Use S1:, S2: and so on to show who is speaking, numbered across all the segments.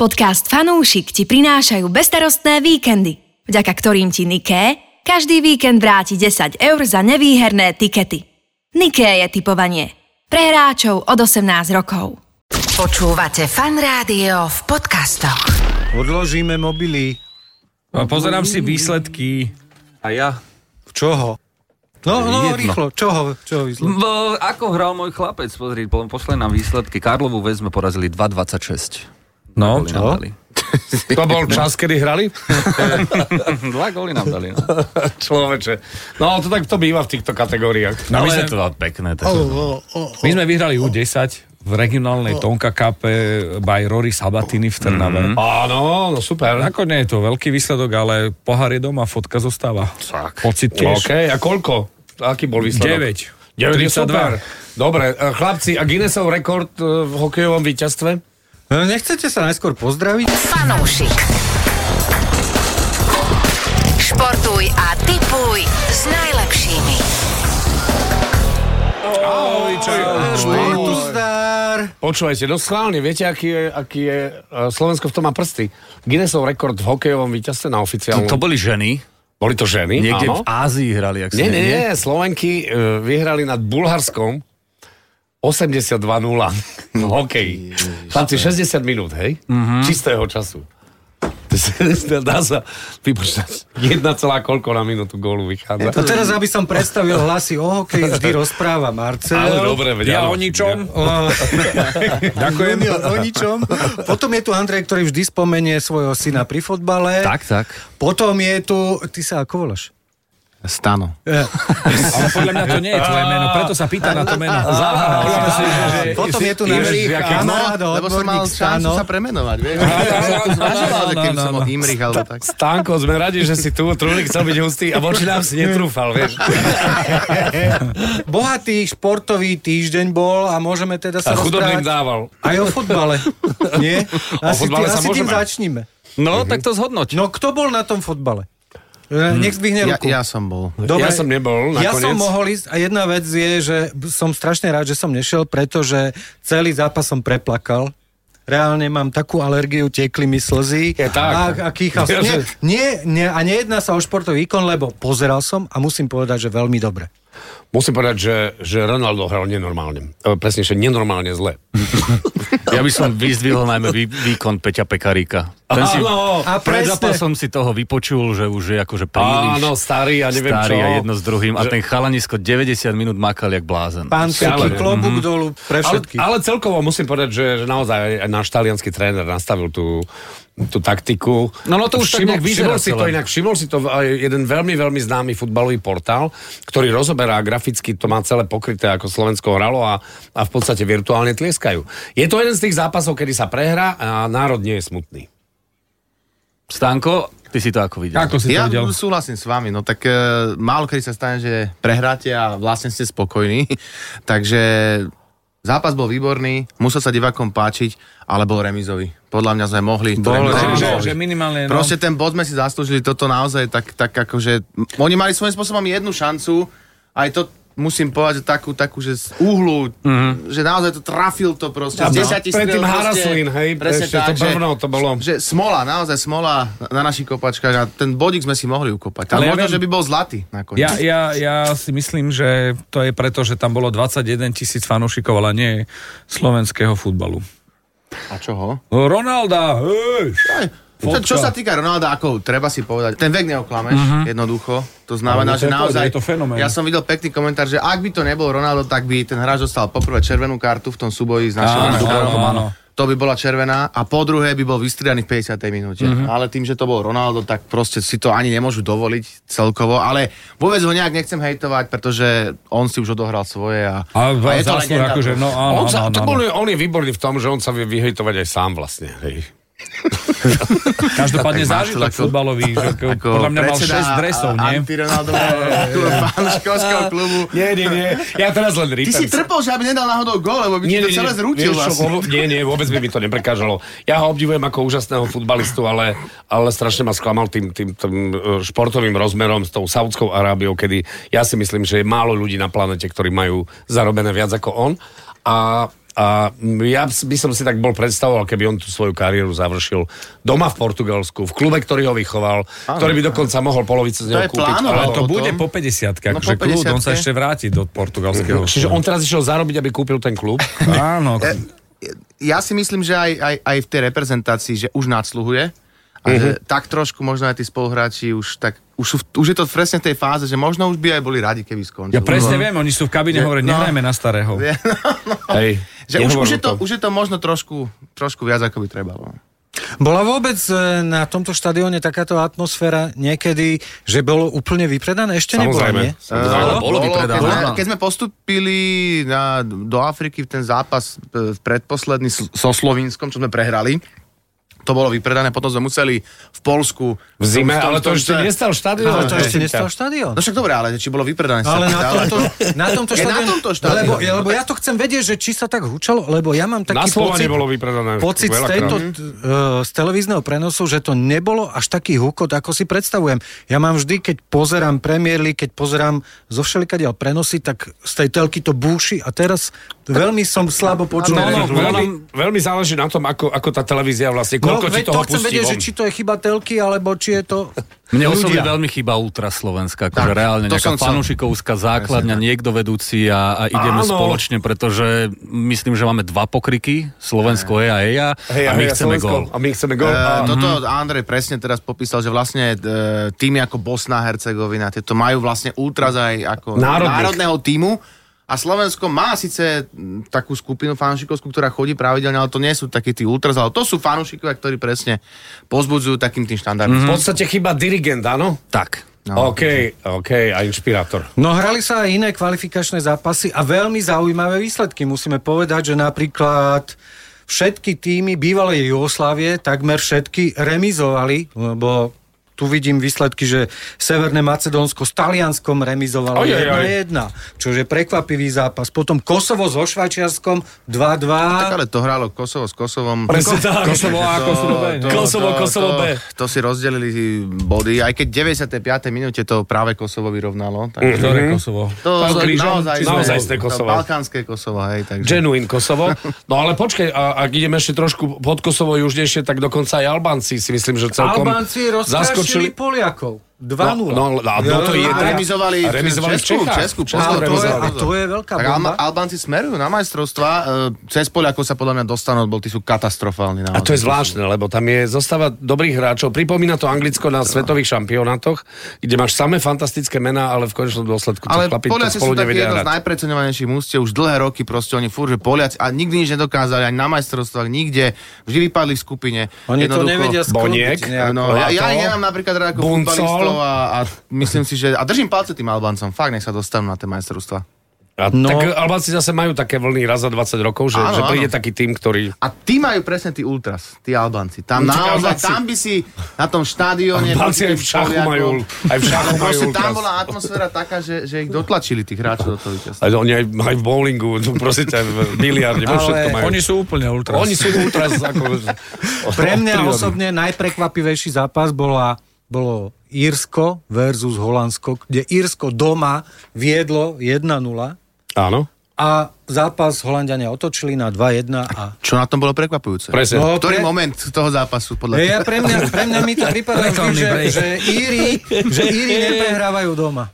S1: Podcast Fanúšik ti prinášajú bestarostné víkendy, vďaka ktorým ti Niké každý víkend vráti 10 eur za nevýherné tikety. Niké je typovanie. Pre hráčov od 18 rokov.
S2: Počúvate fan rádio v podcastoch.
S3: Odložíme mobily.
S4: A No, pozerám si výsledky.
S5: A ja?
S3: Čoho? No, no,
S5: Jedno.
S3: rýchlo. Čoho? Čoho vyzlo?
S5: Bo, ako hral môj chlapec? Pozri, po- pošle nám výsledky. Karlovú väz sme porazili 2,26.
S4: No,
S5: Čo? Nám dali.
S4: to bol čas, kedy hrali?
S5: Dva góly nám dali. No.
S4: Človeče. No, ale to tak to býva v týchto kategóriách.
S6: No my
S4: Ale-
S6: sme to dali pekné. Tak...
S4: My sme vyhrali U10 v regionálnej Tonka kape by Rory Sabatini v Trnave. Mm-hmm.
S6: Áno, no super.
S4: Ako nie je to veľký výsledok, ale pohár je doma, fotka zostáva.
S6: Tak.
S4: Pocit
S6: OK,
S4: tiež.
S6: a koľko? Aký bol výsledok?
S4: 9.
S6: 9 je super. Dobre, e, chlapci, a Guinnessov rekord e, v hokejovom víťazstve?
S3: No, nechcete sa najskôr pozdraviť?
S2: Fanúšik. Športuj a tipuj s najlepšími.
S3: Športu zdar.
S6: Počúvajte, no schválne, viete, aký je, aký je e, Slovensko v tom má prsty. Guinnessov rekord v hokejovom víťazstve na
S5: No,
S6: oficiálnom.
S5: To boli ženy.
S6: Boli to ženy,
S5: Niekde
S6: áno.
S5: v Ázii hrali. Ak si
S6: Nie, nie, nie, Slovenky e, vyhrali nad Bulharskom 82-0 v hokeji. Chlapci, 60 minút, hej?
S5: Mhm.
S6: Čistého času. To sa- Dá sa vypočítať. Jedna celá koľko na minútu gólu vychádza.
S3: A teraz, aby som predstavil hlasy o hokeji, vždy rozpráva Marcel.
S6: Ale dobre, veď
S4: Ja
S6: áno.
S4: o ničom.
S3: Ďakujem. O ničom. Potom je tu Andrej, ktorý vždy spomenie svojho syna pri fotbale.
S5: Tak, tak.
S3: Potom je tu... Ty sa ako voláš? E,
S7: Stano.
S4: Ale podľa mňa to nie je tvoje meno, preto sa pýta na to meno. Zahral.
S3: Potom je tu náš
S6: Imrich, aké-
S3: kamarát a
S7: lebo som mal
S3: odborník
S7: šancu
S3: Stano.
S7: sa premenovať, vieš?
S4: Áno,
S7: Keby
S4: áno,
S7: som bol
S4: áno.
S7: Imrich, alebo tak.
S6: Stánko, sme radi, že si tu. Trulík chcel byť hustý a voči nám si netrúfal, vieš.
S3: Bohatý športový týždeň bol a môžeme teda sa
S6: A chudobným
S3: rozprávať
S6: dával.
S3: aj o fotbale. Nie? Asi, tý,
S6: fotbale sa
S3: asi tým
S6: môžeme.
S3: začníme.
S5: No, tak to zhodnoť.
S3: No kto bol na tom fotbale? E, Nech zdvihne
S7: Ja,
S3: ruku.
S7: ja som bol.
S6: Hm. Ja som nebol
S3: Ja
S6: nakoniec.
S3: som mohol ísť a jedna vec je, že b- som strašne rád, že som nešiel, pretože celý zápas som preplakal. Reálne mám takú alergiu, tiekli mi slzy
S6: Je tak.
S3: a, a kýchal som. Nie, nie, nie, a nejedná sa o športový výkon, lebo pozeral som a musím povedať, že veľmi dobre.
S6: Musím povedať, že, že Ronaldo hral nenormálne. E, Presnejšie, nenormálne zle.
S5: Ja by som vyzdvihol najmä vý, výkon Peťa Pekaríka. Ten si,
S3: A
S5: pred
S3: presne,
S5: zápasom si toho vypočul, že už je akože príliš
S6: Áno, starý, ja neviem
S5: starý
S6: čo.
S5: a jedno s druhým. A ten chalanisko 90 minút makal jak blázen.
S3: pán Suky,
S6: Šialené.
S3: klobúk dolu pre
S6: Mhm. Ale,
S3: všetkých.
S6: ale celkovo musím povedať, že, že naozaj aj náš talianský tréner nastavil tú, tú taktiku.
S5: No, no to už tak
S6: všimol,
S5: nejak
S6: všimol
S5: vyzerá
S6: si to
S5: celé.
S6: inak, všimol si to aj jeden veľmi, veľmi známy futbalový portál, ktorý rozoberá graficky, to má celé pokryté, ako Slovensko hralo a, a v podstate virtuálne tlieskajú. Je to jeden z tých zápasov, kedy sa prehrá a národ nie je smutný.
S5: Stanko, ty si to ako videl?
S4: Ako si to
S7: Ja
S4: videl?
S7: súhlasím s vami, no tak e, málo kedy sa stane, že prehráte a vlastne ste spokojní. Takže zápas bol výborný, musel sa divákom páčiť, ale bol remizový. Podľa mňa sme mohli. to
S4: Bol,
S7: remizový
S4: že,
S7: mohli.
S4: že minimálne... No.
S7: Proste ten bod sme si zaslúžili, toto naozaj tak, tak akože... m- Oni mali svojím spôsobom jednu šancu, aj to musím povedať, že takú, takú, že z úhlu, mm-hmm. že naozaj to trafil to proste.
S6: A
S7: Z
S6: no,
S7: 10
S6: predtým Haraslin, hej,
S7: presne
S6: ešte to
S7: tak,
S6: brvno to bolo.
S7: Že smola, naozaj smola na našich kopačkách a ten bodík sme si mohli ukopať.
S4: Ale
S7: Ale,
S4: ja
S7: možno,
S4: viem-
S7: že by bol zlatý nakoniec.
S4: Ja, ja, ja si myslím, že to je preto, že tam bolo 21 tisíc fanúšikov, ale nie slovenského futbalu.
S7: A čoho?
S4: Ronalda! Hej!
S7: Aj, Čo, čo sa týka Ronalda, ako treba si povedať, ten vek neoklameš, uh-huh. jednoducho. To
S4: Mhm. Ale to
S7: znamená, že
S4: je to,
S7: naozaj...
S4: je to fenomén.
S7: Ja som videl pekný komentár, že ak by to nebol Ronaldo, tak by ten hráč dostal poprvé červenú kartu v tom súboji s našim
S4: Áno,
S7: Dubravkom,
S4: áno,
S7: áno. To by bola červená a po druhé by bol vystriedaný v 50. minúte. Uh-huh.
S4: Mhm.
S7: Ale tým, že to bol Ronaldo, tak proste si to ani nemôžu dovoliť celkovo. Ale vôbec ho nejak nechcem hejtovať, pretože on si už odohral svoje a,
S4: A, a je to
S7: legenda.
S4: akože, no áno,
S6: on,
S4: áno,
S6: sa, to
S4: áno.
S6: bol, on je výborný v tom, že on sa vie vyhejtovať aj sám vlastne. Hej.
S4: Každopádne
S7: Tak máš to
S4: zážitok
S7: ako-
S4: futbalový, že ako, podľa mňa mal 6 dresov, nie?
S7: Antironaldového klubu.
S6: Nie, nie, nie. Ja teraz len
S7: Ty si trpel, že aby nedal náhodou gól, lebo by ti to celé zrútil
S6: vieš čo,
S7: vlastne.
S6: vôbec- nie, nie, vôbec by mi to neprekážalo. Ja ho obdivujem ako úžasného futbalistu, ale, ale strašne ma sklamal tým, tým, tým e, športovým rozmerom s tou Saudskou Arábiou, kedy ja si myslím, že je málo ľudí na planete, ktorí majú zarobené viac ako on. A A mm, ja by som si tak bol predstavoval, keby on tú svoju kariéru završil doma v Portugalsku, v klube, ktorý ho vychoval, áno, ktorý by dokonca mohol polovicu z
S7: To
S6: neho
S7: je no.
S6: kúpiť.
S7: plánoval.
S6: ale-
S4: Ale to
S7: potom-
S4: bude po 50 no,
S7: No,
S4: že
S7: po Hm,
S4: kľud, on sa
S7: 50-ke.
S4: ešte vráti do portugalského.
S6: Čiže on teraz išiel zarobiť, aby kúpil ten klub.
S4: Áno,
S7: Ja si myslím, že aj, aj, aj v tej reprezentácii, že už nadsluhuje. A že tak trošku možno aj tí spoluhráči už tak, už, sú v, už je to presne v tej fáze, že možno už by aj boli radi, keby No. skončil.
S4: ja presne viem, oni sú v kabíne
S7: Že-
S4: hovorí,
S7: no.
S4: nehrajme na starého.
S6: Hej,
S7: Že už,
S6: nehovor
S7: už, je
S6: o
S7: to,
S6: tom.
S7: už je to možno trošku, trošku viac, ako by trebalo.
S3: Bola vôbec e, na tomto štadióne takáto atmosféra niekedy, že bolo úplne vypredané? Ešte nebola, nie?
S6: Samozrejme.
S5: Bolo, bolo
S7: keď,
S5: vypredané.
S7: sme, keď sme postupili na, do Afriky v ten zápas e, predposledný s- so Slovinskom, čo sme prehrali, to bolo vypredané, potom sme museli v Polsku...
S6: V zime, ale to
S7: tom-
S6: ešte nestal štadión.
S3: Ale to
S6: Hej.
S3: ešte nestal štadión.
S7: No však dobre, ale či bolo vypredané? sa
S3: Ale na
S7: pýta,
S3: tomto, na tomto
S7: Je na
S3: štadióne-
S7: tomto štadióne.
S3: Lebo, lebo ja to chcem vedieť, že či sa tak hučalo, lebo ja mám
S6: Na
S3: taký
S6: Slovane
S3: pocit,
S6: bolo vypredané
S3: pocit z,
S6: veľakrát.
S3: tejto, t- e, z televízneho prenosu, že to nebolo až taký hukot, ako si predstavujem. Ja mám vždy, keď pozerám Premier League, keď pozerám zo všelikadiaľ prenosy, tak z tej telky to búši a teraz veľmi som slabo počul.
S6: No,
S5: Áno,
S6: no, veľmi, veľmi záleží na tom, ako, ako tá televízia vlastne, koľko ti
S3: veď
S6: toho
S3: No, to chcem
S6: pustí
S3: vedieť,
S6: von.
S3: že či to je chyba telky, alebo či je to... ľudia.
S5: Mne osobne veľmi chýba Ultra Slovenska, akože
S7: Tak,
S5: reálne
S7: to
S5: nejaká
S7: som chcel.
S5: fanušikovská základňa, niekto vedúci a, a ideme
S6: Áno.
S5: spoločne, pretože myslím, že máme dva pokriky, Slovensko je a EA
S6: Hej,
S5: a my chceme
S6: Slovensko,
S5: gól.
S6: A my chceme gol.
S3: Hm.
S7: E,
S6: a-
S7: toto Andrej presne teraz popísal, že vlastne e, týmy ako Bosna a Hercegovina, tieto majú vlastne ultraz aj ako
S6: Národných.
S7: národného týmu a Slovensko má síce mm, takú skupinu fanúšikovskú, ktorá chodí pravidelne, ale to nie sú takí tí ultras, ale to sú fanúšikovia, ktorí presne pozbudzujú takým tým štandardom.
S6: V podstate chyba dirigent, áno?
S5: Tak.
S6: No. OK, OK, a inšpirátor.
S3: No hrali sa aj iné kvalifikačné zápasy a veľmi zaujímavé výsledky. Musíme povedať, že napríklad všetky týmy bývalej Jugoslávie, takmer všetky, remizovali, lebo tu vidím výsledky, že Severné Macedónsko s Talianskom remizovalo 1-1,
S6: Ojojoj.
S3: čo je prekvapivý zápas. Potom Kosovo so Švajčiarskom 2-2.
S7: No, Tak ale to hrálo Kosovo s Kosovom.
S6: Presne tak.
S4: Kosovo A, Kosovo B.
S7: To-
S6: Kosovo, Kosovo
S7: to,
S6: B.
S7: To si rozdelili body, aj keď v 95. minúte to práve Kosovo vyrovnalo.
S6: Mhm.
S7: Takže
S4: Ktoré Kosovo?
S7: To
S6: Tam
S7: za-
S6: krížom?
S7: naozaj,
S6: Či naozaj z tej
S7: to
S6: Kosova?
S7: Balkánske Kosovo, hej, takže.
S6: Genuine Kosovo. No ale počkej, a, ak ideme ešte trošku pod Kosovo južnejšie, tak dokonca aj Albánci si myslím, že celkom
S3: Albánci rozkrašili
S6: zaskočili.
S3: Poliakov. 2-0.
S6: No, no, no, no to je
S7: A
S6: tak.
S7: remizovali,
S6: A remizovali v
S7: v Česku,
S6: Čechách.
S7: Česku,
S6: V Česku
S3: a,
S7: pozor,
S3: to je,
S7: pozor,
S3: a
S7: pozor.
S3: to je veľká
S7: Tak Alba,
S3: bomba.
S7: Albánci smerujú na majstrovstva, e, cez Poliakov sa podľa mňa dostanú, lebo tí sú katastrofálni.
S6: A to je zvláštne, lebo tam je zostava dobrých hráčov. Pripomína to Anglicko na svetových šampionátoch, kde máš samé fantastické mená, ale v konečnom dôsledku
S7: Ale
S6: tí chlapi to
S7: Poliaci
S6: spolu
S7: sú taký
S6: nevedia
S7: jedno z
S6: hrať.
S7: najpreceňovanejších mústiev už dlhé roky, proste oni furt, že Poliaci, a nikdy nič nedokázali, ani na majstrovstvách, nikde, vždy vypadli v skupine.
S3: Oni to
S7: Jednoducho-
S3: nevedia
S6: Boniek.
S3: sklbiť nejako.
S7: No, ja, ja
S6: Lato,
S7: ich nemám napríklad rád ako
S6: Buncol.
S7: futbalistov a, a, myslím si, že... A držím palce tým Albáncom, fakt, nech sa dostanú na tie majstrovstva.
S6: A
S3: No.
S6: tak Albáci zase majú také vlny raz za 20 rokov, že,
S7: Áno,
S6: že príde
S7: áno.
S6: taký tým, ktorý...
S7: A tí majú presne tí ultras, tí Albánci. Tam
S6: No, tak
S7: naozaj,
S6: Albánci-
S7: tam by si na tom štadióne...
S6: Albáci aj v šachu majú, aj v šachu majú
S7: Proste tam
S6: ultras.
S7: bola atmosféra taká, že, že ich dotlačili tých hráčov do toho víťazstva.
S6: Aj, oni aj, aj v bowlingu, tu proste aj v biliarde,
S3: Ale
S6: vo všetko majú.
S4: Oni sú úplne ultras.
S6: Oni sú ultras ako...
S3: Pre mňa
S6: od prírody.
S3: osobne najprekvapivejší zápas bola, bolo Írsko versus Holandsko, kde Írsko doma viedlo 1-0
S6: Áno,
S3: a zápas Holandiania otočili na 2-1 a...
S7: Čo na tom bolo prekvapujúce?
S6: presne.
S3: No, pre-
S7: Ktorý moment toho zápasu podľa
S3: Ja,
S7: teba?
S3: pre, mňa, pre mňa mi to prípada, vždy, že, že, Íri, že Íri neprehrávajú doma.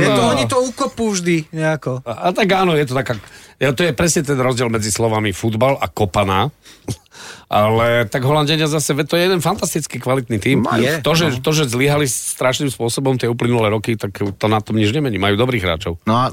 S3: Je to, oni to ukopú vždy nejako.
S6: A, a tak áno, je to taká... Ja, to je presne ten rozdiel medzi slovami futbal a kopaná. Ale tak Holandenia zase, veď to je jeden fantastický kvalitný tým.
S3: Majú.
S6: to, že, to, že zlyhali strašným spôsobom tie uplynulé roky, tak to na tom nič nemení. Majú dobrých hráčov.
S7: No a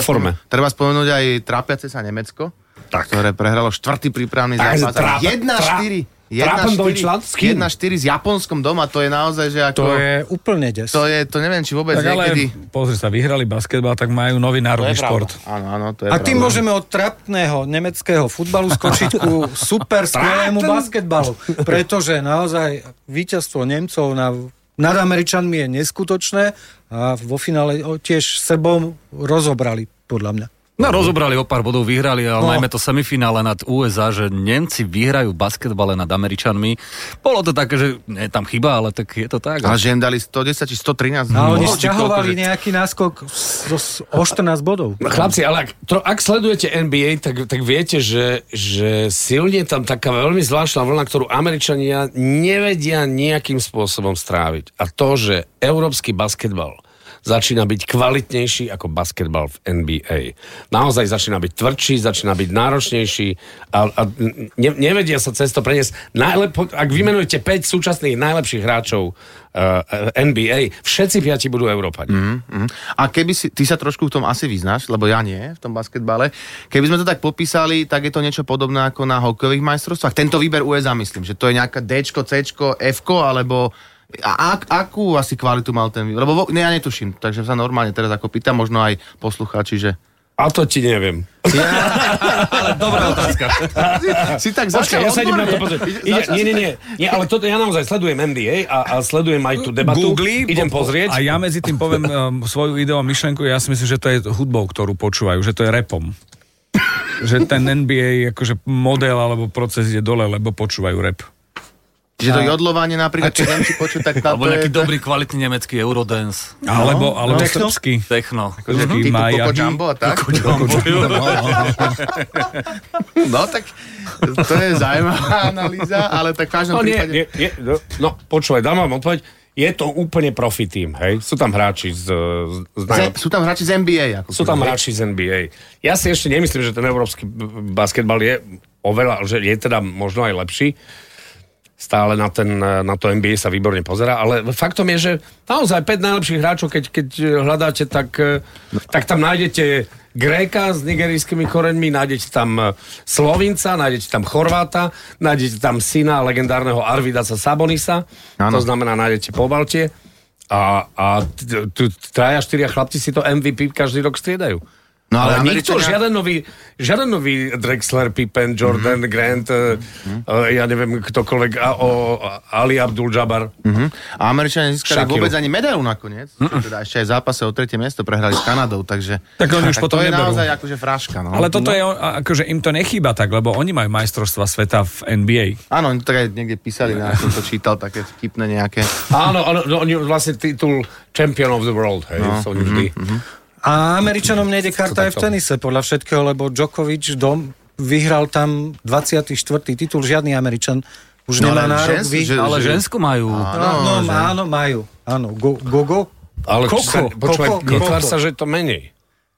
S6: Vo forme.
S7: spomenúť- treba spomenúť aj trápiace sa Nemecko, tak. ktoré prehralo štvrtý prípravný
S6: Takže
S7: zápas.
S6: tráp-
S7: 1-4.
S6: tráp- trápen Deutschland s kým?
S7: 1-4 s Japonskom doma, to je naozaj, že ako...
S3: To je úplne des.
S7: to, je, to neviem, či vôbec
S4: Tak ale
S7: niekedy...
S4: pozri sa, vyhrali basketbal, tak majú nový národný šport.
S7: Áno, áno, to je
S3: A tým
S7: pravda.
S3: môžeme od trapného nemeckého futbalu skočiť ku super skvelému basketbalu. Pretože naozaj víťazstvo Nemcov na, nad Američanmi je neskutočné a vo finále o- tiež Srbom rozobrali, podľa mňa.
S5: No, rozobrali o pár bodov, vyhrali, ale no. najmä to semifinále nad USA, že Nemci vyhrajú v basketbale nad Američanmi. Bolo to také, že nie, tam chyba, ale tak je to tak.
S7: Ale že im dali 110 či
S3: A
S7: 113. No,
S3: oni
S5: No, či
S3: sťahovali
S5: koľko, že-
S3: nejaký náskok so, s- o 14 bodov.
S6: Chlapci, ale ak, to, ak sledujete NBA, tak, tak viete, že, že silne tam taká veľmi zvláštna vlna, ktorú Američania nevedia nejakým spôsobom stráviť. A to, že európsky basketbal začína byť kvalitnejší ako basketbal v NBA. Naozaj začína byť tvrdší, začína byť náročnejší a, a ne, nevedia sa cez to preniesť. Najlep, ak vymenujete 5 súčasných najlepších hráčov uh, NBA, všetci piati budú Európani. Mm.
S7: Mhm. A keby si, ty sa trošku v tom asi vyznáš, lebo ja nie, v tom basketbale. Keby sme to tak popísali, tak je to niečo podobné ako na hokejových majstrovstvách. Tento výber USA myslím, že to je nejaká D, C, F, alebo a ak, akú asi kvalitu mal ten výber? Lebo vo, ne, ja netuším, takže sa normálne teraz ako pýtam, možno aj poslucháči, že
S6: A to ti neviem.
S7: si tak
S6: Počkaj,
S7: začal
S6: ja sa idem na to
S7: odborne.
S6: pozrieť. Ide, nie, nie, nie, nie, ale toto ja naozaj sledujem NBA a, a sledujem aj tú debatu.
S4: Googli,
S6: idem
S4: po- po-
S6: pozrieť.
S4: A ja medzi tým poviem um, svoju ideu a myšlenku, ja si myslím, že to je hudbou, ktorú počúvajú, že to je repom. Že ten NBA akože model alebo proces ide dole, lebo počúvajú rep.
S7: Čiže to jodlovanie napríklad, čo Nemci počuť, tak na
S5: Alebo
S7: to
S5: nejaký
S7: je...
S5: dobrý kvalitný nemecký Eurodance,
S4: Alebo, alebo no, srbský.
S5: techno.
S7: Že
S4: Taký
S7: ty tu
S4: Maja.
S7: Coco Jumbo a tak? No tak to je zaujímavá analýza, ale tak v každom
S6: No, nie,
S7: prípade...
S6: nie, nie, no, no počúvaj, dám vám odpoveď. Je to úplne profi tým, hej? Sú tam hráči z, z, z
S7: Z,
S6: najlepších
S7: sú tam hráči z NBA. Ako
S6: Sú tam hráči z NBA. Ja si ešte nemyslím, že ten európsky b- basketbal je oveľa, že je teda možno aj lepší. Stále na, ten, eh, na to NBA sa výborne pozera, ale faktom je, že naozaj 5 najlepších hráčov, keď, keď hľadáte, tak, eh, tak tam nájdete Gréka s nigerijskými koreňmi, nájdete tam eh, Slovinca, nájdete tam Chorváta, nájdete tam syna legendárneho Arvidasa Sabonisa, ano. to znamená nájdete po Baltie. A, a t- t- traja, štyria chlapci si to MVP každý rok striedajú.
S7: No,
S6: No,
S7: ale
S6: ale, ale nikto,
S7: Američania-
S6: žiaden nový, žiaden nový Drexler, Pippen,
S3: Mhm.
S6: Jordan, mm-hmm. Grant, mm-hmm. Uh, ja neviem ktokoľvek, a, o, Ali Abdul-Jabbar. Mm-hmm.
S7: Mhm. A Američania získali
S6: Shakiru.
S7: vôbec ani medailu nakoniec. Čo Teda ešte aj v zápase o tretie miesto prehrali s Kanadou, takže...
S4: Tak oni už potom
S7: to je
S4: neberú.
S7: naozaj akože fraška, no.
S4: Ale toto je, o- a- akože im to nechýba tak, lebo oni majú majstrovstva sveta v NBA.
S7: Áno, oni to tak aj niekde písali, na som to čítal, také vtipné nejaké.
S6: Áno, áno, no, oni vlastne titul Champion of the World, hej, no. sú oni vždy.
S3: Mhm,
S6: Mm-hmm.
S3: A Američanom nejde karta aj v tenise, podľa všetkého, lebo Djokovic dom vyhral tam 24. titul, žiadny Američan už
S7: No,
S3: no, nemá
S7: ale
S3: nárok
S7: žens-
S3: vy...
S7: že-
S5: Ale žensku majú.
S3: Áno, no, no, áno, majú. Áno, go, go, go.
S6: Ale
S3: Koko, No,
S6: či sa, počúvaj,
S3: koko,
S6: netvár
S3: koko.
S6: sa, že to menej.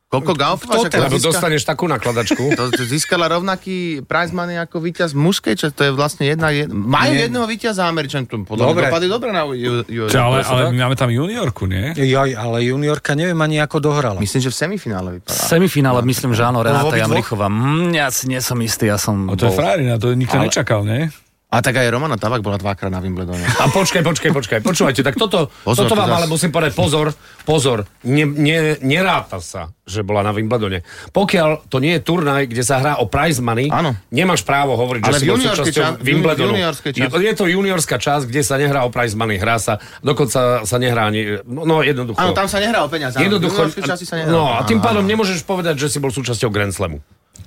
S7: Koľko Gaufovač?
S3: Toto-
S6: Lebo
S7: ako získa-
S6: dostaneš takú nakladačku.
S7: To, to získala rovnaký prize money ako víťaz mužskej, čo to je vlastne jedna... Jed... Majú jedného víťaza Američan, to podľa mňa
S3: Dobre.
S7: dopadli dobre na U- U-
S4: Čo, ale,
S7: USA,
S4: ale
S7: tak?
S4: my máme tam juniorku, nie?
S3: Joj, ale juniorka neviem ani ako dohrala.
S7: Myslím, že v
S5: V
S7: semifinále vypadá.
S5: semifinále myslím, že áno, Renáta
S7: obidvoch?
S5: Jamrichová. Mm, ja si nie som istý, ja som
S4: O to je
S5: bol-
S4: frajerina, to nikto
S5: Ale-
S4: nečakal, nie?
S7: A tak aj Romana Tabak bola dvakrát na Wimbledone.
S6: A počkaj, počkaj, počkaj, počúvajte, tak toto,
S7: Pozor,
S6: pozor, toto
S7: to
S6: vám
S7: zas-
S6: ale musím povedať, pozor, pozor, ne, ne, neráta sa, že bola na Wimbledone. Pokiaľ to nie je turnaj, kde sa hrá o prize money,
S7: Áno.
S6: nemáš právo hovoriť,
S7: Ale
S6: že si
S7: v
S6: bol
S7: juniorskej
S6: súčasťou
S7: čas- v
S6: Wimbledonu.
S7: juniorskej
S6: Je,
S7: časti.
S6: je to juniorská časť, kde sa nehrá o prize money, hrá sa, dokonca sa nehrá ani, no jednoducho.
S7: Áno, tam sa nehrá o peniaze. áno. V
S6: Jednoducho,
S7: juniorskej časti sa nehrá o
S6: no a
S7: peniaze,
S6: tým
S7: áno,
S6: pádom
S7: áno. No,
S6: nemôžeš povedať, že si bol súčasťou Grand Slamu.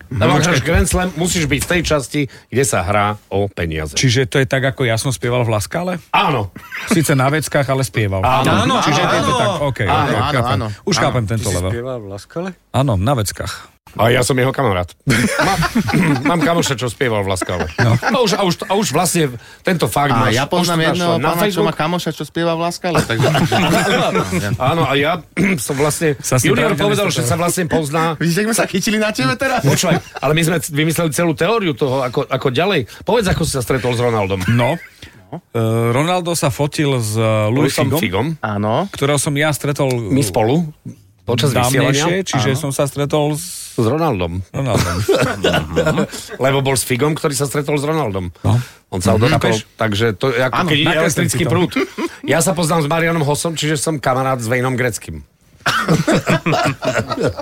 S6: Lebo ak hráš Grand Slam, musíš byť v tej časti, kde sa hrá o peniaze.
S4: Čiže to je tak, ako ja som spieval v Laskale?
S6: Áno.
S4: Síce na veckách, ale spieval.
S6: Áno,
S4: Čiže je to tak, OK. ok,
S7: Áno, áno,
S4: chápem.
S7: áno.
S4: Už
S7: Áno.
S4: chápem tento
S3: Si
S4: level.
S3: spieval v Laskale?
S4: Áno, na veckách.
S6: A ja som jeho kamarát. Mám, mám kamoša, čo spieval v Laskale. No. A, už, a, už, a už vlastne tento fakt
S7: A
S6: máš.
S7: ja
S6: už to
S7: poznám
S6: máš
S7: jedného
S6: na
S7: pána, no, čo má
S6: Facebook.
S7: kamoša, čo spieva v Laskale. Takže...
S6: Áno, a ja som vlastne...
S4: Sa s ním
S6: junior
S4: pravidelne
S6: povedal, že
S4: stretávam.
S6: sa vlastne pozná...
S7: Vidíte, ak sme sa chytili na tebe teraz?
S6: Počúvaj, ale my sme c- vymysleli celú teóriu toho, ako, ako ďalej. Povedz, ako si sa stretol s Ronaldom.
S4: No. E, Ronaldo sa fotil s e, Louis
S6: Luisom
S4: Figom,
S6: Figom.
S7: Áno.
S4: ktorého som ja stretol
S6: My spolu počas vysielania.
S4: dávnejšie, čiže som sa stretol s
S6: S Ronaldom.
S4: Ronaldom.
S6: Lebo bol s Figom, ktorý sa stretol s Ronaldom. No. On sa
S4: Chápeš?
S6: odotkol, takže to je ako
S4: Áno,
S6: keď ide
S4: nakreslím
S6: elektrický
S4: si to.
S6: prúd. Ja sa poznám s Marianom Hosom, čiže som kamarát s Vejnom Greckým.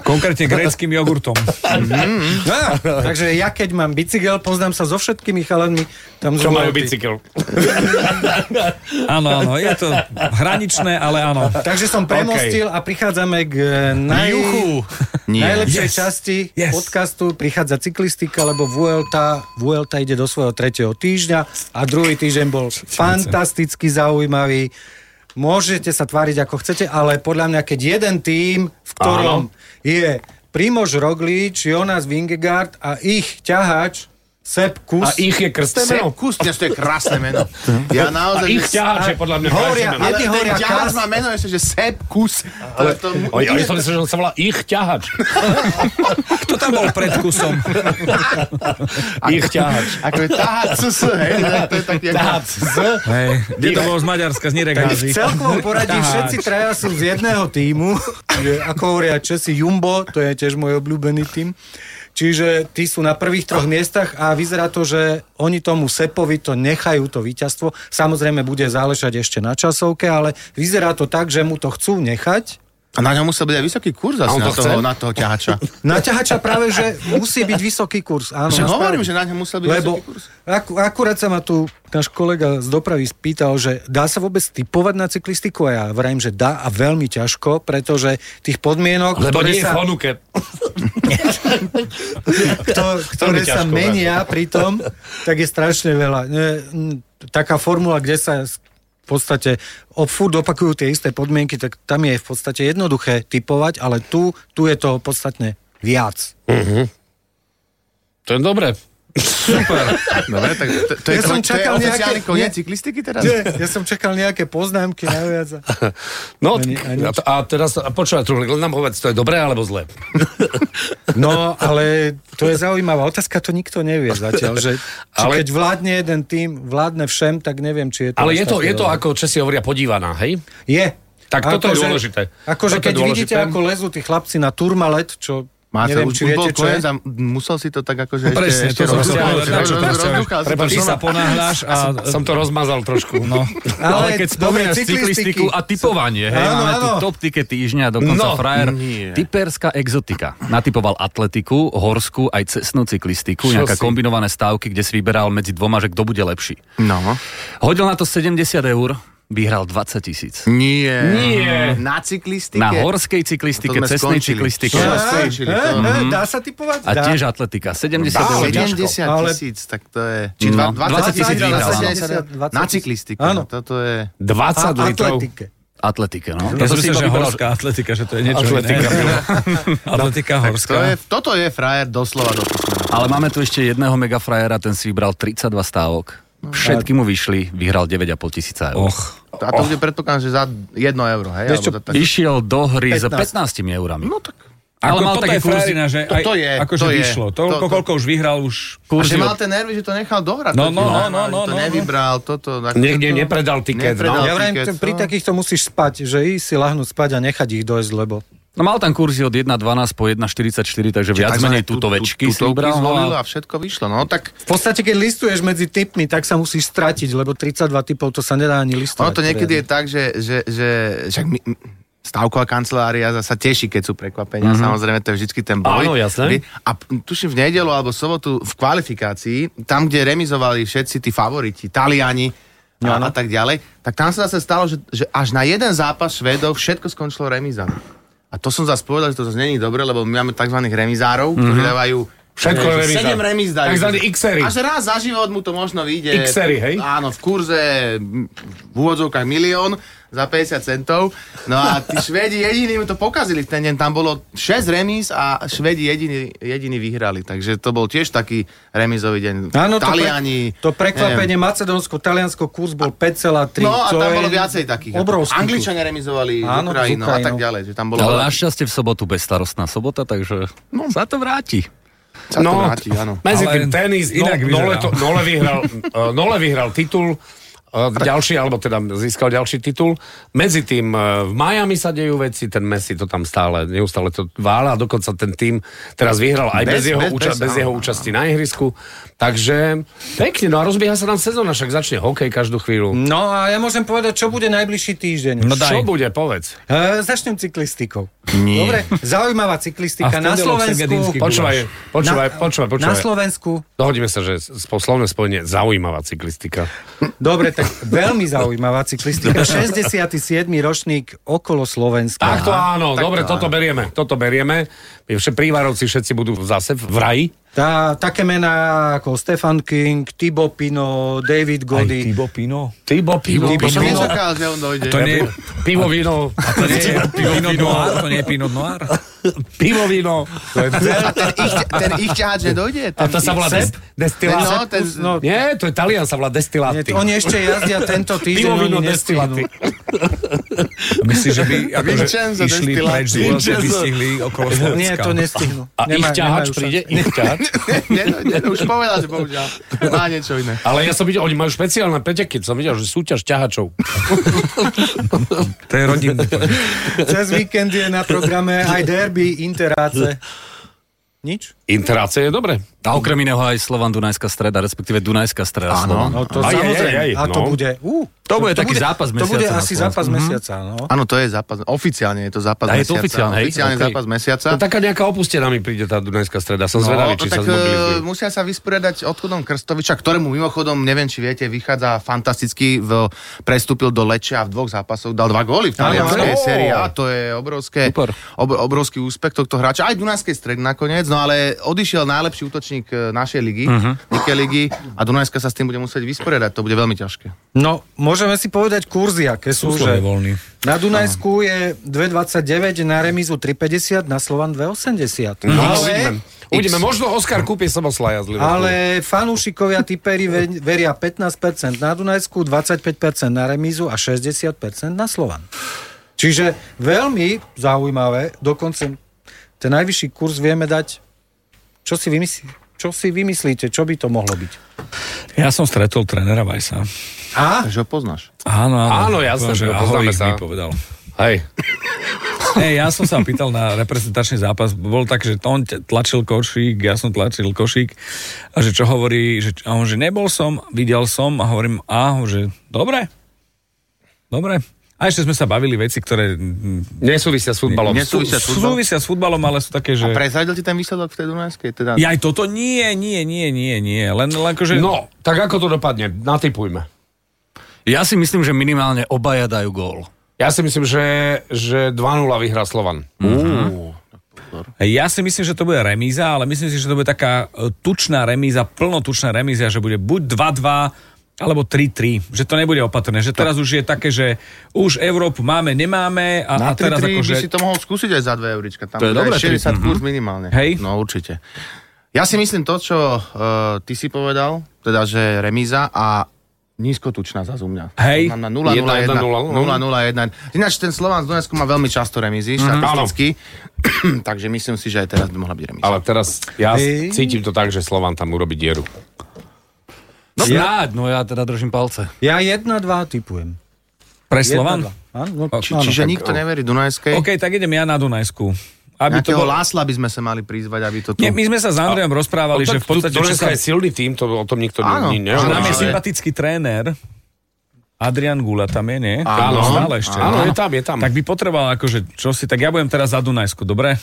S4: Konkrétne gréckým jogurtom.
S3: No, takže ja keď mám bicykel, poznám sa so všetkými chalanmi. Tam sú
S6: Čo majú
S3: Malty.
S6: bicykel?
S4: Áno, áno, je to hraničné, ale áno.
S3: Takže som premostil a prichádzame k eh, naj... najlepšej
S4: Yes.
S3: časti
S4: Yes.
S3: podcastu. Prichádza cyklistika, lebo Vuelta, Vuelta ide do svojho tretieho týždňa a druhý týždeň bol fantasticky zaujímavý. Môžete sa tváriť ako chcete, ale podľa mňa, keď jeden tým, v ktorom je Primož Roglič, Jonas Vingegaard a ich ťahač Sepp Kuss,
S6: A ich je krstné meno?
S7: Kus, to je krásne meno. Ja naozaj...
S6: Ich
S7: že-
S6: ťahač je podľa mňa
S3: Hovoria-
S6: krásne meno.
S7: Ale
S3: Jedni
S7: ten
S3: hovoria
S7: ťahač
S3: Kas.
S7: má meno ešte, že Seb Kus. Ale to...
S6: Oj, ja som myslel, že on sa volá ich ťahač.
S4: Kto tam bol pred kusom?
S6: Ich ťahač.
S7: Ako je THCS, hej? tak To je taký... ako-
S6: Ťahač z...
S4: Hej, kde to bolo z Maďarska, z Niregázy.
S3: V celkovom poradí všetci traja sú z jedného týmu. Že, ako hovoria Česi, Jumbo, to je tiež môj obľúbený tým. Čiže tí sú na prvých troch miestach a vyzerá to, že oni tomu Sepovi to nechajú, to víťazstvo. Samozrejme bude záležať ešte na časovke, ale vyzerá to tak, že mu to chcú nechať.
S7: A na ňom musel byť aj vysoký kurz asi
S6: on
S7: na
S6: to
S7: toho,
S6: chce?
S7: na toho ťahača.
S3: Na ťahača práve, že musí byť vysoký kurz. Áno,
S7: Však
S3: na
S7: hovorím,
S3: správne.
S7: že na ňom musel byť
S3: Lebo
S7: vysoký kurz.
S3: ak, akurát sa ma tu náš kolega z dopravy spýtal, že dá sa vôbec typovať na cyklistiku a ja vrajím, že dá a veľmi ťažko, pretože tých podmienok,
S6: Lebo
S3: ktoré
S6: nie je
S3: sa,
S6: v Honuke.
S3: kto, ktoré
S6: Veľmi
S3: sa
S6: ťažko,
S3: menia pri tom, tak je strašne veľa. Ne, m, taká formula, kde sa s- v podstate o furt opakujú tie isté podmienky, tak tam je v podstate jednoduché typovať, ale tu, tu je to podstatne viac.
S6: To je dobré.
S7: Dobre, No, tak to, to,
S3: Ja
S7: je, to,
S3: som
S7: to je
S3: čakal
S7: oficiálny
S3: nejaké-
S7: koniec
S3: nie.
S7: cyklistiky teraz?
S3: Nie, ja som čakal nejaké poznámky naviac. a-
S6: No,
S3: Ani- ani-
S6: a, a teraz, a počúvaj, Trulik, len nám povedz, to je dobré alebo zlé?
S3: No, ale to je zaujímavá otázka, to nikto nevie zatiaľ, že či ale...
S6: Ale-
S3: keď vládne jeden tým, vládne všem, tak neviem, či je to...
S6: Ale
S3: až
S6: je to,
S3: také
S6: je to,
S3: dobré.
S6: ako Česi hovoria, podívaná, hej?
S3: Je.
S6: Tak toto je
S3: Akože-
S6: dôležité.
S3: Akože
S6: Toto je
S3: keď
S6: dôležité.
S3: vidíte, ako lezú tí chlapci na turmalet, čo...
S7: Máte,
S3: neviem,
S7: už,
S3: či
S7: už bol
S3: viete, čo je.
S7: koniec a musel si to tak akože ešte...
S4: Presne,
S7: ešte
S4: to som
S7: roz-
S4: chcel
S7: roz-
S4: povedať,
S7: roz-
S4: prečo
S7: roz-
S4: presne.
S7: rozduchal si to
S4: Ty
S7: znova.
S4: sa ponáhľaš a...
S6: Som to rozmazal trošku.
S4: No.
S5: Ale,
S3: Ale
S5: keď
S3: dobre,
S5: spomínaš cyklistiku a typovanie, hej,
S3: Áno,
S5: máme tu
S3: áno.
S5: top ticket týždňa, dokonca
S6: No,
S5: no, frajer. Typerská exotika. Natypoval atletiku, horskú aj cestnú cyklistiku,
S6: Čo
S5: nejaká
S6: si?
S5: kombinované stávky, kde si vyberal medzi dvoma, že kto bude lepší.
S7: No.
S5: Hodil na to 70 eur, vyhral 20 tisíc.
S7: Nie.
S6: Nie.
S7: Na cyklistike.
S5: Na horskej cyklistike,
S7: To sme
S5: cestnej
S7: skončili.
S5: cyklistike
S7: To sme
S3: Á,
S7: skončili,
S3: á,
S7: to-
S3: á,
S6: Mhm.
S3: Dá sa typovať?
S5: a
S3: Dá.
S5: tiež atletika. 70 eur ťažko.
S7: 70
S3: Ale-
S7: tisíc, tak to je... Či dva,
S5: No,
S7: 20 tisíc
S5: 20 000 vyhral,
S7: vyhral. Na cyklistike.
S3: Áno.
S7: no Toto je...
S6: 20
S3: A
S6: litrov.
S3: atletike.
S5: Atletike, no.
S4: Ja som
S5: si
S4: myslel,
S5: iba
S4: že
S5: vybral-
S4: horská atletika, že to je niečo
S6: Atletika.
S4: iné. atletika horská.
S7: To je, toto je frajer doslova do písmena.
S5: Ale máme tu ešte jedného megafrajera, ten si vybral 32 stávok. Všetky mu vyšli, vyhral 9,5 tisíca eur.
S4: Och.
S7: A to bude predpokladám, že za 1 euro, hej?
S3: Vieš čo,
S7: alebo to tak-
S5: Išiel do hry s 15 eurami. No tak.
S4: Ako,
S5: Ale mal
S4: toto
S5: také
S4: je
S5: kurzy.
S4: frajerina, že aj,
S7: to je,
S4: akože
S7: to je.
S4: vyšlo. To,
S7: To- to-
S4: koľko už vyhral, už...
S7: A že
S5: kurzy
S7: mal tie nervy, že to nechal dohrať.
S4: No, no,
S7: to ti
S4: no,
S7: normálne,
S4: no,
S7: to
S4: no, no.
S7: nevybral, toto... ako
S6: Niekde
S7: toto-
S6: nepredal tiket,
S7: nepredal
S6: no.
S3: Ja vrajím,
S7: tiket,
S3: pri
S7: no.
S3: takýchto musíš spať, že ísť si lahnúť spať a nechať ich dojsť, lebo...
S5: No mal tam kurzy od 1,12 po 1,44, takže viac
S7: Čiže
S5: menej
S7: takzvané tu-
S5: túto večky
S7: tu-
S5: si
S7: tutovky
S5: vybral. no
S7: zvolil
S5: a-
S7: a všetko vyšlo. No tak
S3: V podstate, keď listuješ medzi typmi, tak sa musíš stratiť, lebo 32 typov to sa nedá ani listovať.
S7: ono to niekedy je tak, že, že, že však my, stavková kancelária sa teší, keď sú prekvapenia. Mm-hmm. Samozrejme, to je vždycky ten boj.
S6: Mhm. Áno, jasné.
S7: A p- tuším v nedelu alebo sobotu v kvalifikácii, tam, kde remizovali všetci tí favoriti, Taliani a, a tak ďalej, tak tam sa zase stalo, že, že až na jeden zápas Švedov všetko skončilo remizami. A to som zase povedal, že to zase není dobre, lebo my máme tzv. remizárov, ktorí dávajú
S6: Mhm. Všetko je remíza.
S7: 7 remiz dajú.
S6: Takzvaní Xery.
S7: Až raz za život mu to možno vyjde.
S6: Xery, hej?
S7: Áno, v kurze m, v úvodzovkách milión za 50 centov. No a tí Švedi jediní mu to pokazili v ten deň. Tam bolo 6 remis a Švedi jediní, jediní vyhrali. Takže to bol tiež taký remizový deň.
S3: Áno, to,
S7: Taliani.
S3: pre, to prekvapenie Macedónsko-Taliansko kurz bol 5,3.
S7: No a
S3: čo
S7: tam
S3: je
S7: bolo viacej takých.
S3: Obrovský. kurz.
S7: Angličania remizovali
S3: Áno, s
S7: Áno, Ukrajinou no a tak
S3: Ukrajinou.
S7: ďalej. Že tam bolo
S5: Ale našťastie v sobotu bezstarostná sobota, takže no. sa to vráti.
S7: sa
S3: No.
S7: to vráti, áno.
S6: medzi
S4: Ale
S6: No, tým tenis, no,
S4: inak vyzerá.
S6: nole, to, nole, vyhral, eh, nole vyhral e, titul, eh, e, ďalší, alebo teda získal ďalší titul. Medzi tým e, v Miami sa dejú veci, ten Messi to tam stále, neustále to vála, dokonca ten tým teraz vyhral aj bez, bez,
S7: Bez-
S6: jeho,
S7: bez-
S6: úča-
S7: bez-
S6: bez jeho
S7: áno,
S6: účasti na ihrisku. Takže pekne, no a rozbieha sa nám sezóna, však začne hokej každú chvíľu.
S3: No a ja môžem povedať, čo bude najbližší týždeň.
S4: No daj.
S6: Čo bude, povedz.
S3: E, začnem cyklistikou.
S7: Nie.
S3: Dobre, zaujímavá
S4: A
S3: cyklistika
S4: v
S3: na
S4: pondelok Segedinský
S3: Slovensku.
S6: Počúvaj, počúvaj, počúvaj, počúvaj.
S3: Na Slovensku
S6: Dohodíme sa, že poslovné spojenie zaujímavá cyklistika.
S3: Dobre, tak veľmi zaujímavá cyklistika. 67. ročník okolo Slovenska.
S6: Tak to áno, dobre, toto berieme, toto berieme. My vše prívarovci všetci budú zase v raji.
S3: Tá, také mená ako Stefan King, Tibo Pino, David Gody.
S4: Tibo Pino?
S6: Tybo, pivo,
S7: To som nečakal, že on dojde.
S4: To nie,
S6: pivo, víno,
S4: a to nie je Pinot Noir? To nie je Pinot Noir?
S6: pivo, víno.
S7: A ten ich, ten ich ťahač nedojde?
S6: A to sa volá des,
S7: ten, no,
S6: destilát.
S7: ten, no,
S6: Nie, to je Talian, sa volá
S3: Nie, to-
S6: destiláty.
S3: Oni ešte jazdia tento týždeň,
S6: Pivo, víno,
S3: oni nestihnú.
S6: destiláty.
S4: Myslíš, že by akože
S7: Vincenzo
S4: išli
S7: Destillati.
S4: preč z Vuelty, by
S7: Vincenzo.
S4: stihli okolo Slovenska?
S3: Nie, to nestihnú.
S6: A ich
S3: Nemá-
S6: ťahač
S3: nemajú šancu.
S6: príde, ich ťahač.
S7: nedojde, už povedal, že bohužiaľ. Má niečo iné.
S6: Ale ja som videl, oni majú špeciálne preteky, som videl, že súťaž ťahačov.
S4: To je rodinný.
S3: Cez víkend je na programe aj derby, interáce. Nič?
S6: Interácie je dobre.
S5: A okrem iného aj Slovan Dunajská streda, respektíve Dunajská streda
S7: Áno.
S5: Slovan.
S3: No to
S6: Aj, aj,
S3: samozrejme.
S6: aj, aj,
S3: a to
S6: no.
S3: bude... Ú,
S5: To bude taký zápas
S3: To bude
S5: mesiaca na
S3: asi zápas
S5: Slovensku. Mhm.
S3: mesiaca, no.
S7: Áno, to je zápas. Oficiálne je to zápas
S5: A je
S7: mesiaca.
S5: to oficiálne, hej?
S7: Oficiálne
S5: Okej.
S7: zápas mesiaca.
S6: To taká nejaká opustená mi príde tá Dunajská streda. Som zvedavý, či sa
S7: tak e,
S6: zmobilizujú.
S7: musia sa vysporiadať odchodom Krstoviča, ktorému mimochodom, neviem či viete, vychádza fantasticky, v, prestúpil do Lečia a v dvoch zápasoch, dal dva góly v talianskej
S6: áno.
S7: sérii a to je obrovské,
S5: Super.
S7: ob, obrovský úspech tohto hráča, aj Dunajskej stred nakoniec, no ale odišiel najlepší útočník e, našej ligy, uh-huh. ligy a Dunajska sa s tým bude musieť vysporiadať, to bude veľmi ťažké.
S3: No, môžeme si povedať kurzy, aké sú,
S4: Súslov
S3: že
S4: je voľný.
S3: na Dunajsku je 2,29, na remizu 3,50, na Slovan 2,80.
S6: No,
S3: ale,
S6: uvidíme. Uvidíme, možno Oskar kúpi Soboslaja z Liverpoolu.
S3: ale fanúšikovia typeri ve- veria 15%, na Dunajsku 25% na remizu a 60% na Slovan. Čiže veľmi zaujímavé, dokonca ten najvyšší kurz vieme dať, čo si, vymyslí, čo si vymyslíte, čo by to mohlo byť.
S4: Ja som stretol trénera Vajsa.
S3: A
S7: Takže ho poznáš.
S4: Áno, áno.
S6: Áno, jasné,
S4: Povedal, že
S6: že ho
S4: ahoj,
S6: poznáme sa.
S4: mi povedal.
S6: Hej.
S4: Hey, ja som sa pýtal na reprezentačný zápas. Bol tak, že on t- tlačil košík, ja som tlačil košík a že čo hovorí, že, a on, že nebol som, videl som a hovorím, a on, že dobre, dobre. A ešte sme sa bavili veci, ktoré mm,
S6: Nesúvisia s futbalom.
S7: Nesúvisia s futbalom?
S4: súvisia s futbalom, ale sú také, že...
S7: Prezradil ti ten výsledok v tej Dunajskej? Teda...
S4: Ja aj toto nie, nie, nie, nie, nie. Len, len akože...
S6: No, tak ako to dopadne? Natypujme.
S5: Ja si myslím, že minimálne obaja dajú gól.
S6: Ja si myslím, že, že 2-0 vyhrá Slovan.
S4: Ja si myslím, že to bude remíza, ale myslím si, že to bude taká e, tučná remíza, plnotučná remíza, že bude buď 2-2, alebo 3-3, že to nebude opatrné, že teraz už je také, že už Európu máme, nemáme a, a
S7: Na 3-3
S4: teraz akože...
S7: by si to mohol skúsiť aj za 2 eurička. Tam
S5: To je
S7: bude
S5: dobré,
S7: 60 kurz minimálne.
S4: Mhm. Hej.
S7: No určite. Ja si myslím to, čo uh, ty si povedal, teda, že remíza a nízkotučná za mňa.
S4: Hej.
S7: To znamená 0-0-1.
S6: 1-1,
S7: 0-0-1. Ináč ten Slován z Donetsku má veľmi
S4: Mhm.
S7: často remízy, štatisticky. Takže myslím si, že aj teraz by mohla byť remíza.
S6: Ale teraz ja
S3: Hej.
S6: cítim to tak, že Slovan tam urobí dieru.
S5: No snáď, no ja teda držím palce.
S3: ja 1-2 typujem.
S4: Pre Slovan?
S3: 1-2. Áno, no,
S7: Či, čiže nikto neverí Dunajskej.
S4: OK, tak idem ja na Dunajsku. Aby to
S7: Nejakého
S4: bol...
S7: Lásla by sme sa mali prizvať, aby to tu...
S4: Nie, my sme sa s Andrejom rozprávali, že v podstate... čo
S6: Doneska
S4: sa...
S6: je silný tým, to, o tom nikto
S7: Áno.
S6: ne, ne,
S7: Áno,
S4: Tam je
S7: ale-
S4: sympatický tréner, Adrian Gula tam je, nie?
S7: Áno.
S4: Stále ešte.
S6: Áno,
S4: nie?
S6: je tam, je tam.
S4: Tak by potreboval akože, čo si, tak ja budem teraz za Dunajsku, dobre?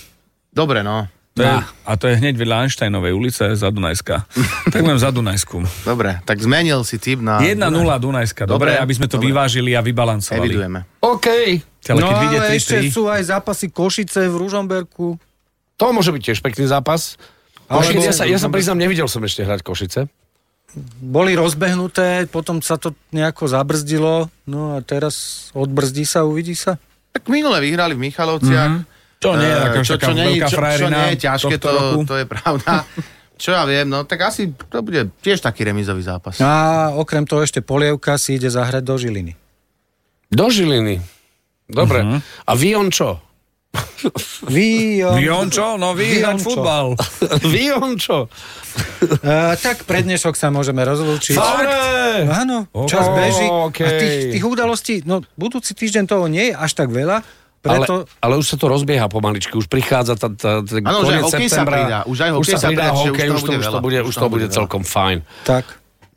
S7: Dobre, no.
S4: To je, a to je hneď vedľa Einsteinovej ulice za Dunajska. tak budem za Dunajsku.
S7: Dobre, tak zmenil si typ na...
S4: 1-0 Dunajska, dobre,
S7: Dobre,
S4: aby sme to
S7: dobre.
S4: vyvážili a vybalancovali.
S7: Evidujeme.
S6: OK,
S4: Ale
S3: no
S4: keď
S3: ale
S4: vyjde
S3: ešte
S4: 3-3,
S3: sú aj zápasy Košice v Ružomberku.
S6: to môže byť tiež pekný zápas.
S3: Alebo-
S6: Košice, ja, sa, ja sa priznám, nevidel som ešte hrať Košice.
S3: Boli rozbehnuté, potom sa to nejako zabrzdilo, no a teraz odbrzdí sa, uvidí sa.
S7: Tak minule vyhrali v Michalovciach. Mm-hmm.
S4: To nie je taká- taká veľká
S7: čo, čo
S4: frajerina
S7: nie je ťažké,
S4: Mhm. tohto
S7: to,
S4: roku.
S7: to je pravda. čo ja viem, no tak asi to bude tiež taký remizový
S4: No,
S7: zápas.
S3: A okrem toho ešte Polievka si ide zahrať do Žiliny.
S6: Do Žiliny. Dobre. A vy on čo?
S3: Vio.
S4: Vy on čo? No
S3: Vy
S4: vy, hrať
S3: on čo?
S4: futbal.
S6: Vy on čo?
S3: Uh, tak pre dnešok sa môžeme rozlúčiť.
S6: Dobre!
S3: Áno,
S4: Ok.
S3: čas beží.
S6: Okej.
S3: A tých, tých udalostí, no budúci týždeň toho nie je až tak veľa, preto...
S6: Ale, ale už sa to rozbieha pomaličky, už prichádza tá, tá, tá
S7: Áno, už
S6: koniec
S7: aj hokej sa
S6: septembra.
S7: pridá, už aj
S6: už
S7: hokej
S6: sa
S7: sa
S6: pridá
S7: pridá, čiže
S6: hokej, už to, už to bude, už to bude
S7: veľa.
S6: celkom fajn.
S3: Tak.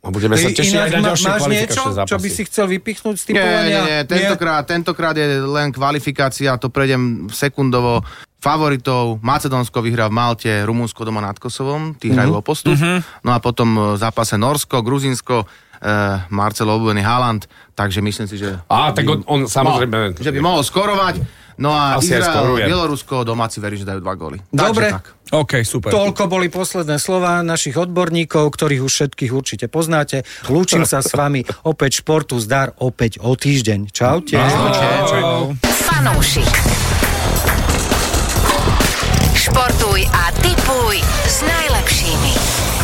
S6: A budeme sa
S3: Ty
S6: tešiť aj
S3: ináč
S6: na
S3: ma- máš
S6: ďalšie
S3: niečo,
S6: kvalifikačné zápasy.
S3: čo by si chcel vypichnúť z
S7: Nie,
S3: typovania?
S7: nie, nie, tentokrát, tentokrát je len kvalifikácia, to prejdem sekundovo. Favoritov, Macedónsko vyhrá v Malte, Rumunsko doma nad Kosovom, tí
S4: Mhm.
S7: hrajú o postup. No a potom e, v zápase Norsko, Gruzinsko, e, Marcelo obľúbený Haaland, takže myslím si, že...
S6: Á, tak on, on
S7: Mal,
S6: samozrejme...
S7: že by mohol skorovať. No a
S6: Asi aj skoruje.
S7: Izrael, Bielorusko, domáci verí, že dajú dva góly. Takže
S3: Dobre.
S7: Tak.
S4: OK, super.
S3: Toľko boli posledné slova našich odborníkov, ktorých už všetkých určite poznáte. Lúčim sa s vami opäť športu zdar opäť o týždeň. Čaute.
S2: Fanúšik. Športuj a tipuj s najlepšími.